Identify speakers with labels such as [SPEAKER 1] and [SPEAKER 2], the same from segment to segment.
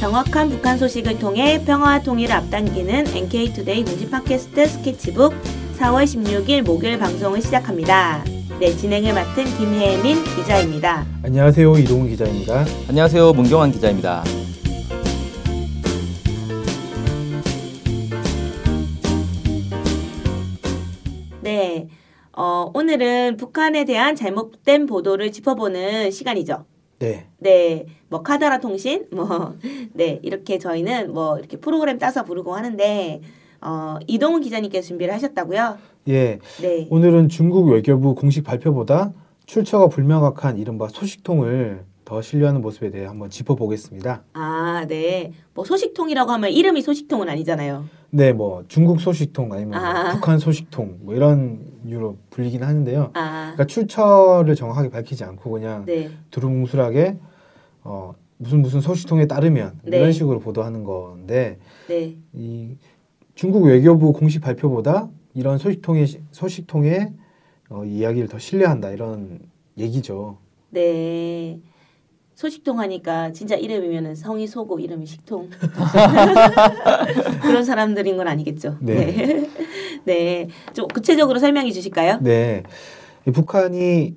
[SPEAKER 1] 정확한 북한 소식을 통해 평화와 통일을 앞당기는 NK투데이 공지 팟캐스트 스케치북 4월 16일 목요일 방송을 시작합니다. 네, 진행을 맡은 김혜민 기자입니다.
[SPEAKER 2] 안녕하세요. 이동훈 기자입니다.
[SPEAKER 3] 안녕하세요. 문경환 기자입니다.
[SPEAKER 1] 네, 어, 오늘은 북한에 대한 잘못된 보도를 짚어보는 시간이죠.
[SPEAKER 2] 네.
[SPEAKER 1] 네, 뭐 카다라 통신, 뭐, 네, 이렇게 저희는 뭐 이렇게 프로그램 따서 부르고 하는데, 어, 이동훈 기자님께서 준비를 하셨다고요?
[SPEAKER 2] 예.
[SPEAKER 1] 네,
[SPEAKER 2] 오늘은 중국 외교부 공식 발표보다 출처가 불명확한 이른바 소식통을 더 신뢰하는 모습에 대해 한번 짚어보겠습니다.
[SPEAKER 1] 아, 네, 뭐 소식통이라고 하면 이름이 소식통은 아니잖아요.
[SPEAKER 2] 네, 뭐 중국 소식통 아니면 뭐
[SPEAKER 1] 아.
[SPEAKER 2] 북한 소식통 뭐 이런 이유로 불리긴 하는데요.
[SPEAKER 1] 아,
[SPEAKER 2] 그러니까 출처를 정확하게 밝히지 않고 그냥
[SPEAKER 1] 네,
[SPEAKER 2] 두루뭉술하게 어, 무슨 무슨 소식통에 따르면
[SPEAKER 1] 네.
[SPEAKER 2] 이런 식으로 보도하는 건데
[SPEAKER 1] 네,
[SPEAKER 2] 이 중국 외교부 공식 발표보다 이런 소식통의 소식통의 어, 이야기를 더 신뢰한다 이런 얘기죠.
[SPEAKER 1] 네. 소식통 하니까 진짜 이름이면은 성이 소고 이름이 식통 그런 사람들인 건 아니겠죠.
[SPEAKER 2] 네.
[SPEAKER 1] 네. 네. 좀 구체적으로 설명해 주실까요?
[SPEAKER 2] 네, 이 북한이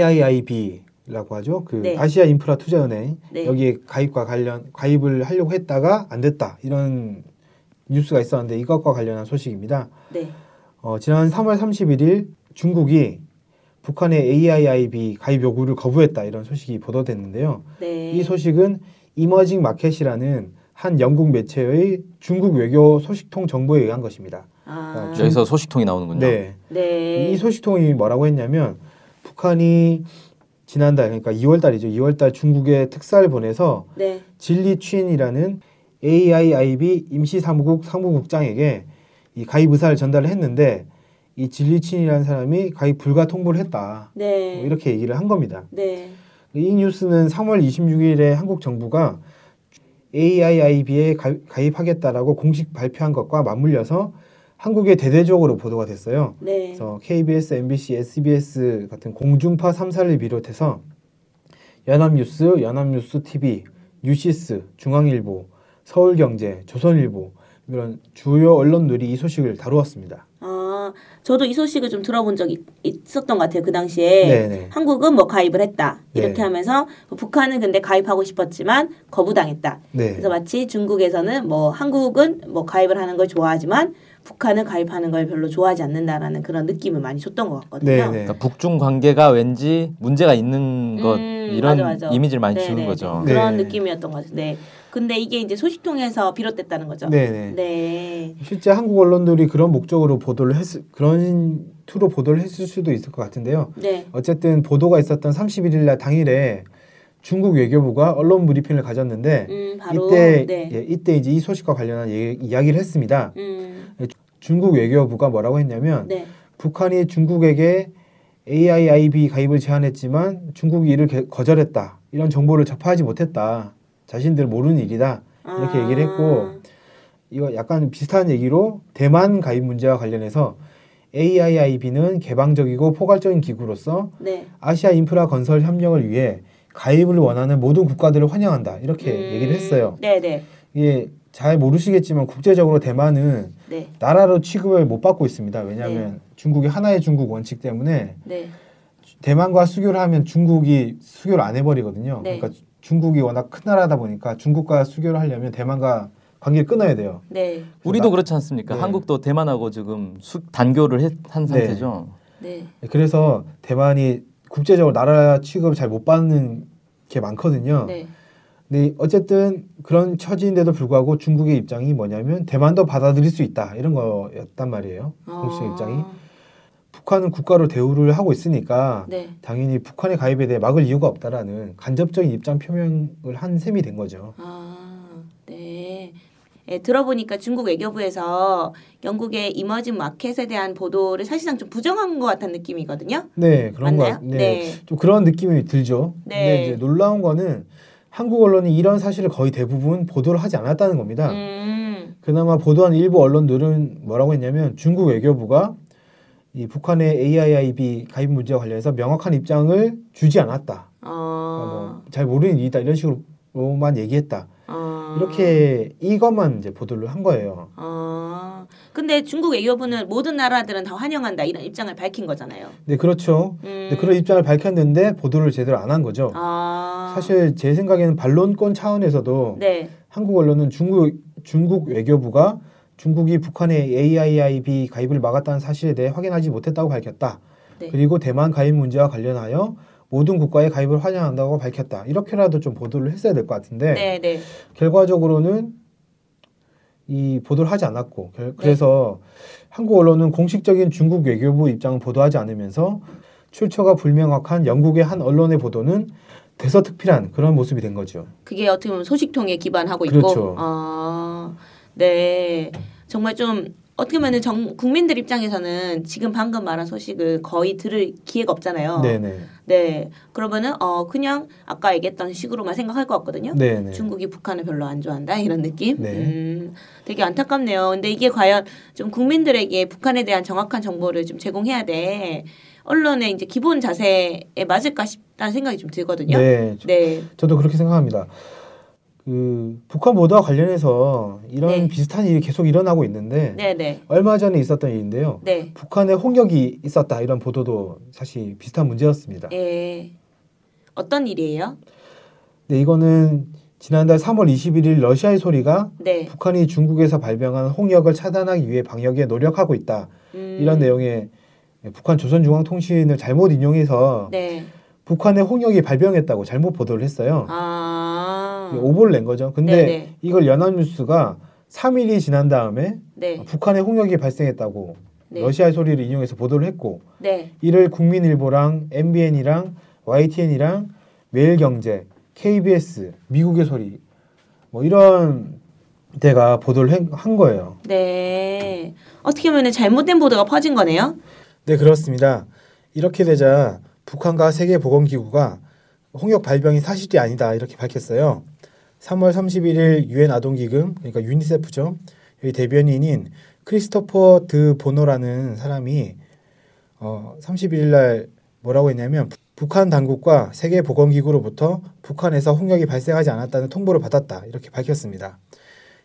[SPEAKER 2] AIIB라고 하죠. 그
[SPEAKER 1] 네.
[SPEAKER 2] 아시아 인프라 투자은행
[SPEAKER 1] 네.
[SPEAKER 2] 여기에 가입과 관련 가입을 하려고 했다가 안 됐다 이런 뉴스가 있었는데 이것과 관련한 소식입니다.
[SPEAKER 1] 네.
[SPEAKER 2] 어, 지난 3월 31일 중국이 북한의 AIIB 가입 요구를 거부했다 이런 소식이 보도됐는데요.
[SPEAKER 1] 네.
[SPEAKER 2] 이 소식은 이머징 마켓이라는 한 영국 매체의 중국 외교 소식통 정보에 의한 것입니다.
[SPEAKER 1] 아,
[SPEAKER 2] 중-
[SPEAKER 3] 여기서 소식통이 나오는군요.
[SPEAKER 2] 음. 네.
[SPEAKER 1] 네.
[SPEAKER 2] 이 소식통이 뭐라고 했냐면 북한이 지난달 그러니까 2월 달이죠. 2월 달 중국에 특사를 보내서
[SPEAKER 1] 네.
[SPEAKER 2] 진리 취인이라는 AIIB 임시 사무국 사무국장에게 이 가입 의사를 전달을 했는데 이 진리 취인이라는 사람이 가입 불가 통보를 했다. 뭐
[SPEAKER 1] 네.
[SPEAKER 2] 이렇게 얘기를 한 겁니다.
[SPEAKER 1] 네.
[SPEAKER 2] 이 뉴스는 3월 26일에 한국 정부가 AIIB에 가입하겠다라고 공식 발표한 것과 맞물려서 한국에 대대적으로 보도가 됐어요.
[SPEAKER 1] 네.
[SPEAKER 2] 그래서 KBS, MBC, SBS 같은 공중파 3사를 비롯해서 연합뉴스, 연합뉴스 TV, 뉴시스, 중앙일보, 서울경제, 조선일보 이런 주요 언론들이 이 소식을 다루었습니다.
[SPEAKER 1] 아, 저도 이 소식을 좀 들어본 적이 있- 있었던 것 같아요. 그 당시에
[SPEAKER 2] 네네.
[SPEAKER 1] 한국은 뭐 가입을 했다 이렇게
[SPEAKER 2] 네.
[SPEAKER 1] 하면서 뭐 북한은 근데 가입하고 싶었지만 거부당했다.
[SPEAKER 2] 네.
[SPEAKER 1] 그래서 마치 중국에서는 뭐 한국은 뭐 가입을 하는 걸 좋아하지만 북한은 가입하는 걸 별로 좋아하지 않는다라는 그런 느낌을 많이 줬던 것 같거든요.
[SPEAKER 2] 네.
[SPEAKER 3] 그러니까 북중 관계가 왠지 문제가 있는 것
[SPEAKER 1] 음,
[SPEAKER 3] 이런
[SPEAKER 1] 맞아, 맞아.
[SPEAKER 3] 이미지를 많이
[SPEAKER 1] 네,
[SPEAKER 3] 주는
[SPEAKER 1] 네,
[SPEAKER 3] 거죠.
[SPEAKER 1] 네. 그런
[SPEAKER 2] 네.
[SPEAKER 1] 느낌이었던 것 같은데, 근데 이게 이제 소식통에서 비롯됐다는 거죠.
[SPEAKER 2] 네네.
[SPEAKER 1] 네.
[SPEAKER 2] 실제 한국 언론들이 그런 목적으로 보도를 했을 그런 투로 보도를 했을 수도 있을 것 같은데요.
[SPEAKER 1] 네.
[SPEAKER 2] 어쨌든 보도가 있었던 31일 날 당일에 중국 외교부가 언론 브리핑을 가졌는데
[SPEAKER 1] 음, 바로
[SPEAKER 2] 이때
[SPEAKER 1] 네.
[SPEAKER 2] 예, 이때 이제 이 소식과 관련한 예- 이야기를 했습니다.
[SPEAKER 1] 음.
[SPEAKER 2] 중국 외교부가 뭐라고 했냐면
[SPEAKER 1] 네.
[SPEAKER 2] 북한이 중국에게 AIIB 가입을 제안했지만 중국이 이를 개- 거절했다. 이런 정보를 접하지 못했다. 자신들 모르는 일이다. 이렇게
[SPEAKER 1] 아,
[SPEAKER 2] 얘기를 했고, 이거 약간 비슷한 얘기로 대만 가입 문제와 관련해서 AIIB는 개방적이고 포괄적인 기구로서
[SPEAKER 1] 네.
[SPEAKER 2] 아시아 인프라 건설 협력을 위해 가입을 원하는 모든 국가들을 환영한다 이렇게
[SPEAKER 1] 음,
[SPEAKER 2] 얘기를 했어요.
[SPEAKER 1] 네, 네.
[SPEAKER 2] 이게 잘 모르시겠지만 국제적으로 대만은
[SPEAKER 1] 네.
[SPEAKER 2] 나라로 취급을 못 받고 있습니다. 왜냐하면 중국의 하나의 중국 원칙 때문에
[SPEAKER 1] 네.
[SPEAKER 2] 대만과 수교를 하면 중국이 수교를 안 해버리거든요.
[SPEAKER 1] 네.
[SPEAKER 2] 그러니까 중국이 워낙 큰 나라다 보니까 중국과 수교를 하려면 대만과 관계를 끊어야 돼요.
[SPEAKER 1] 네.
[SPEAKER 3] 우리도 그렇지 않습니까?
[SPEAKER 2] 네.
[SPEAKER 3] 한국도 대만하고 지금 수, 단교를 했, 한
[SPEAKER 2] 네.
[SPEAKER 3] 상태죠.
[SPEAKER 1] 네.
[SPEAKER 2] 그래서 대만이 국제적으로 나라 취급을 잘 못 받는 게 많거든요.
[SPEAKER 1] 네.
[SPEAKER 2] 근데 어쨌든 그런 처지인데도 불구하고 중국의 입장이 뭐냐면 대만도 받아들일 수 있다 이런 거였단 말이에요. 공식
[SPEAKER 1] 아,
[SPEAKER 2] 입장이 북한은 국가로 대우를 하고 있으니까
[SPEAKER 1] 네.
[SPEAKER 2] 당연히 북한의 가입에 대해 막을 이유가 없다라는 간접적인 입장 표명을 한 셈이 된 거죠.
[SPEAKER 1] 아, 네. 예, 들어보니까 중국 외교부에서 영국의 이머징 마켓에 대한 보도를 사실상 좀 부정한 것 같은 느낌이거든요.
[SPEAKER 2] 네, 그런 거
[SPEAKER 1] 맞나요?
[SPEAKER 2] 같- 좀 그런 느낌이 들죠.
[SPEAKER 1] 네.
[SPEAKER 2] 근데 이제 놀라운 거는 한국 언론이 이런 사실을 거의 대부분 보도를 하지 않았다는 겁니다.
[SPEAKER 1] 음,
[SPEAKER 2] 그나마 보도한 일부 언론들은 뭐라고 했냐면 중국 외교부가 이 북한의 AIIB 가입 문제와 관련해서 명확한 입장을 주지 않았다. 그러니까 뭐
[SPEAKER 1] 어,
[SPEAKER 2] 뭐잘 모르는 일이다 이런 식으로만 얘기했다.
[SPEAKER 1] 아.
[SPEAKER 2] 이렇게 이것만 이제 보도를 한 거예요.
[SPEAKER 1] 어. 근데 중국 외교부는 모든 나라들은 다 환영한다 이런 입장을 밝힌 거잖아요.
[SPEAKER 2] 네, 그렇죠.
[SPEAKER 1] 음.
[SPEAKER 2] 네, 그런 입장을 밝혔는데 보도를 제대로 안 한 거죠.
[SPEAKER 1] 아.
[SPEAKER 2] 사실 제 생각에는 반론권 차원에서도
[SPEAKER 1] 네.
[SPEAKER 2] 한국 언론은 중국 중국 외교부가 중국이 북한의 AIIB 가입을 막았다는 사실에 대해 확인하지 못했다고 밝혔다.
[SPEAKER 1] 네.
[SPEAKER 2] 그리고 대만 가입 문제와 관련하여 모든 국가의 가입을 환영한다고 밝혔다. 이렇게라도 좀 보도를 했어야 될 것 같은데
[SPEAKER 1] 네, 네.
[SPEAKER 2] 결과적으로는 이 보도를 하지 않았고
[SPEAKER 1] 네.
[SPEAKER 2] 결- 그래서 한국 언론은 공식적인 중국 외교부 입장을 보도하지 않으면서 출처가 불명확한 영국의 한 언론의 보도는 대서특필한 그런 모습이 된 거죠.
[SPEAKER 1] 그게 어떻게 보면 소식통에 기반하고 있고.
[SPEAKER 2] 그렇죠.
[SPEAKER 1] 아. 네. 정말 좀 어떻게 보면 정, 국민들 입장에서는 지금 방금 말한 소식을 거의 들을 기회가 어, 없잖아요.
[SPEAKER 2] 네네.
[SPEAKER 1] 네. 그러면은 어 그냥 아까 얘기했던 식으로만 생각할 것 같거든요.
[SPEAKER 2] 네네.
[SPEAKER 1] 중국이 북한을 별로 안 좋아한다 이런 느낌.
[SPEAKER 2] 네.
[SPEAKER 1] 음, 되게 안타깝네요. 근데 이게 과연 좀 국민들에게 북한에 대한 정확한 정보를 좀 제공해야 돼. 언론의 이제 기본 자세에 맞을까 싶다는 생각이 좀 들거든요.
[SPEAKER 2] 네.
[SPEAKER 1] 네.
[SPEAKER 2] 저도 그렇게 생각합니다. 그 북한 보도와 관련해서 이런
[SPEAKER 1] 네.
[SPEAKER 2] 비슷한 일이 계속 일어나고 있는데
[SPEAKER 1] 네, 네.
[SPEAKER 2] 얼마 전에 있었던 일인데요.
[SPEAKER 1] 네.
[SPEAKER 2] 북한에 홍역이 있었다 이런 보도도 사실 비슷한 문제였습니다.
[SPEAKER 1] 예. 어떤 일이에요?
[SPEAKER 2] 네, 이거는 지난달 3월 21일 러시아의 소리가
[SPEAKER 1] 네.
[SPEAKER 2] 북한이 중국에서 발병한 홍역을 차단하기 위해 방역에 노력하고 있다
[SPEAKER 1] 음,
[SPEAKER 2] 이런 내용의 북한 조선중앙통신을 잘못 인용해서
[SPEAKER 1] 네.
[SPEAKER 2] 북한의 홍역이 발병했다고 잘못 보도를 했어요.
[SPEAKER 1] 아.
[SPEAKER 2] 오보를 낸 거죠. 근데
[SPEAKER 1] 네, 네.
[SPEAKER 2] 이걸 연합뉴스가 3일이 지난 다음에
[SPEAKER 1] 네.
[SPEAKER 2] 북한의 홍역이 발생했다고
[SPEAKER 1] 네.
[SPEAKER 2] 러시아의 소리를 인용해서 보도를 했고
[SPEAKER 1] 네.
[SPEAKER 2] 이를 국민일보랑 MBN이랑 YTN이랑 매일경제, KBS, 미국의 소리 뭐 이런 데가 보도를 한- 한 거예요.
[SPEAKER 1] 네. 어떻게 보면 잘못된 보도가 퍼진 거네요.
[SPEAKER 2] 네 그렇습니다. 이렇게 되자 북한과 세계보건기구가 홍역 발병이 사실이 아니다 이렇게 밝혔어요. 3월 31일 유엔 아동기금 그러니까 유니세프죠. 여기 대변인인 크리스토퍼 드 보노라는 사람이 어, 31일 날 뭐라고 했냐면 북- 북한 당국과 세계보건기구로부터 북한에서 홍역이 발생하지 않았다는 통보를 받았다 이렇게 밝혔습니다.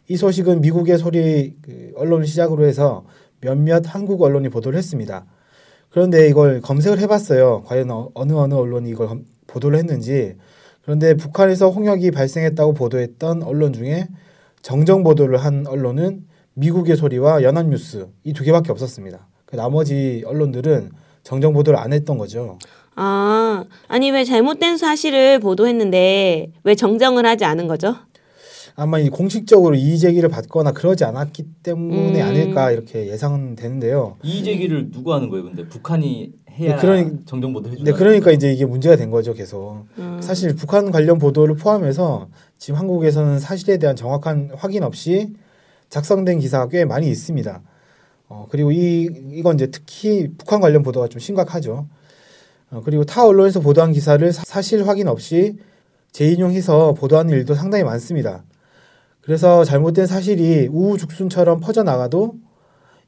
[SPEAKER 2] 이 소식은 미국의 소리 그, 언론을 시작으로 해서 몇몇 한국 언론이 보도를 했습니다. 그런데 이걸 검색을 해봤어요. 과연 어, 어느 어느 언론이 이걸 검- 보도를 했는지. 그런데 북한에서 홍역이 발생했다고 보도했던 언론 중에 정정 보도를 한 언론은 미국의 소리와 연합뉴스 이 두 개밖에 없었습니다. 그 나머지 언론들은 정정 보도를 안 했던 거죠.
[SPEAKER 4] 아, 아니 왜 잘못된 사실을 보도했는데 왜 정정을 하지 않은 거죠?
[SPEAKER 2] 아마 이 공식적으로 이의 제기를 받거나 그러지 않았기 때문에
[SPEAKER 4] 음.
[SPEAKER 2] 아닐까 이렇게 예상되는데요.
[SPEAKER 3] 이 제기를 누구 하는 거예요? 근데 북한이 해야
[SPEAKER 2] 네, 그러니-
[SPEAKER 3] 정정 보도 해주는
[SPEAKER 2] 네, 그러니까 이제 이게 문제가 된 거죠, 계속.
[SPEAKER 4] 음.
[SPEAKER 2] 사실 북한 관련 보도를 포함해서 지금 한국에서는 사실에 대한 정확한 확인 없이 작성된 기사가 꽤 많이 있습니다. 어, 그리고 이 이건 이제 특히 북한 관련 보도가 좀 심각하죠. 어, 그리고 타 언론에서 보도한 기사를 사- 사실 확인 없이 재인용해서 보도하는 일도 상당히 많습니다. 그래서 잘못된 사실이 우후죽순처럼 퍼져나가도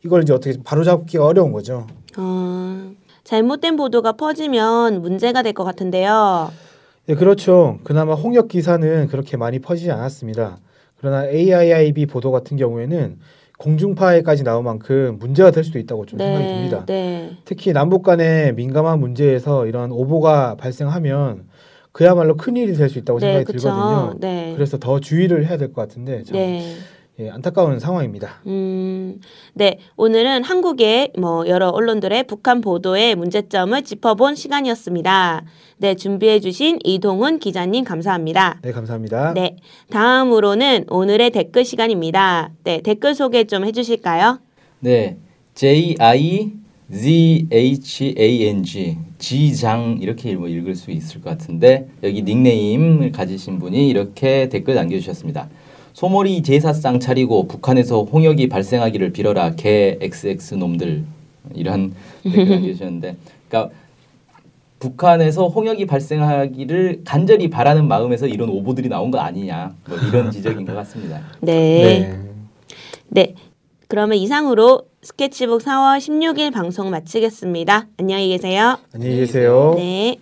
[SPEAKER 2] 이걸 이제 어떻게 바로잡기가 어려운 거죠.
[SPEAKER 4] 아, 잘못된 보도가 퍼지면 문제가 될 것 같은데요.
[SPEAKER 2] 네, 그렇죠. 그나마 홍역 기사는 그렇게 많이 퍼지지 않았습니다. 그러나 AIIB 보도 같은 경우에는 공중파에까지 나올 만큼 문제가 될 수도 있다고 좀 생각이 듭니다.
[SPEAKER 4] 네.
[SPEAKER 2] 특히 남북 간의 민감한 문제에서 이런 오보가 발생하면 그야말로 큰일이 될 수 있다고
[SPEAKER 4] 네,
[SPEAKER 2] 생각이
[SPEAKER 4] 그렇죠.
[SPEAKER 2] 들거든요.
[SPEAKER 4] 네.
[SPEAKER 2] 그래서 그렇죠. 더 주의를 해야 될 것 같은데 참
[SPEAKER 4] 네.
[SPEAKER 2] 예, 안타까운 상황입니다.
[SPEAKER 4] 음, 네. 오늘은 한국의 뭐 여러 언론들의 북한 보도의 문제점을 짚어본 시간이었습니다. 네, 준비해주신 이동훈 기자님 감사합니다.
[SPEAKER 2] 네, 감사합니다.
[SPEAKER 4] 네. 다음으로는 오늘의 댓글 시간입니다. 네. 댓글 소개 좀 해주실까요?
[SPEAKER 3] 네, J I Z H A N G 지장 이렇게 뭐 읽을 수 있을 것 같은데 여기 닉네임을 가지신 분이 이렇게 댓글 남겨주셨습니다. 소머리 제사상 차리고 북한에서 홍역이 발생하기를 빌어라 개 XX 놈들 이런 댓글 남겨주셨는데, 그러니까 북한에서 홍역이 발생하기를 간절히 바라는 마음에서 이런 오보들이 나온 거 아니냐 뭐 이런 지적인 것 같습니다.
[SPEAKER 4] 네. 네. 그러면 이상으로 스케치북 4월 16일 방송 마치겠습니다. 안녕히 계세요.
[SPEAKER 2] 안녕히 계세요.
[SPEAKER 4] 네.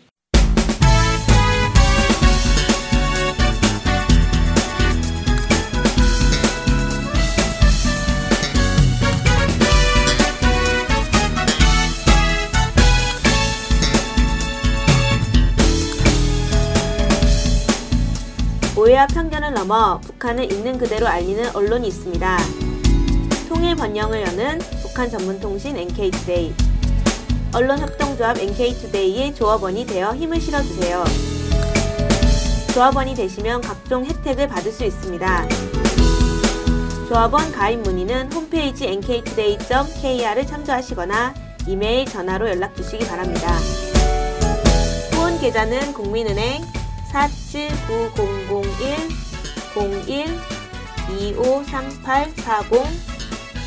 [SPEAKER 1] 오해와 편견을 넘어 북한을 있는 그대로 알리는 언론이 있습니다. 통일 번영을 여는 북한 전문 통신 NK투데이. 언론 협동조합 NK투데이의 조합원이 되어 힘을 실어주세요. 조합원이 되시면 각종 혜택을 받을 수 있습니다. 조합원 가입 문의는 홈페이지 nktoday.kr을 참조하시거나 이메일, 전화로 연락 주시기 바랍니다. 후원 계좌는 국민은행 479001-01-253840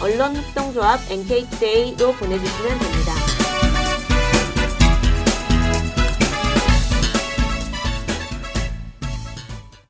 [SPEAKER 1] 언론협동조합 NK투데이로 보내주시면 됩니다.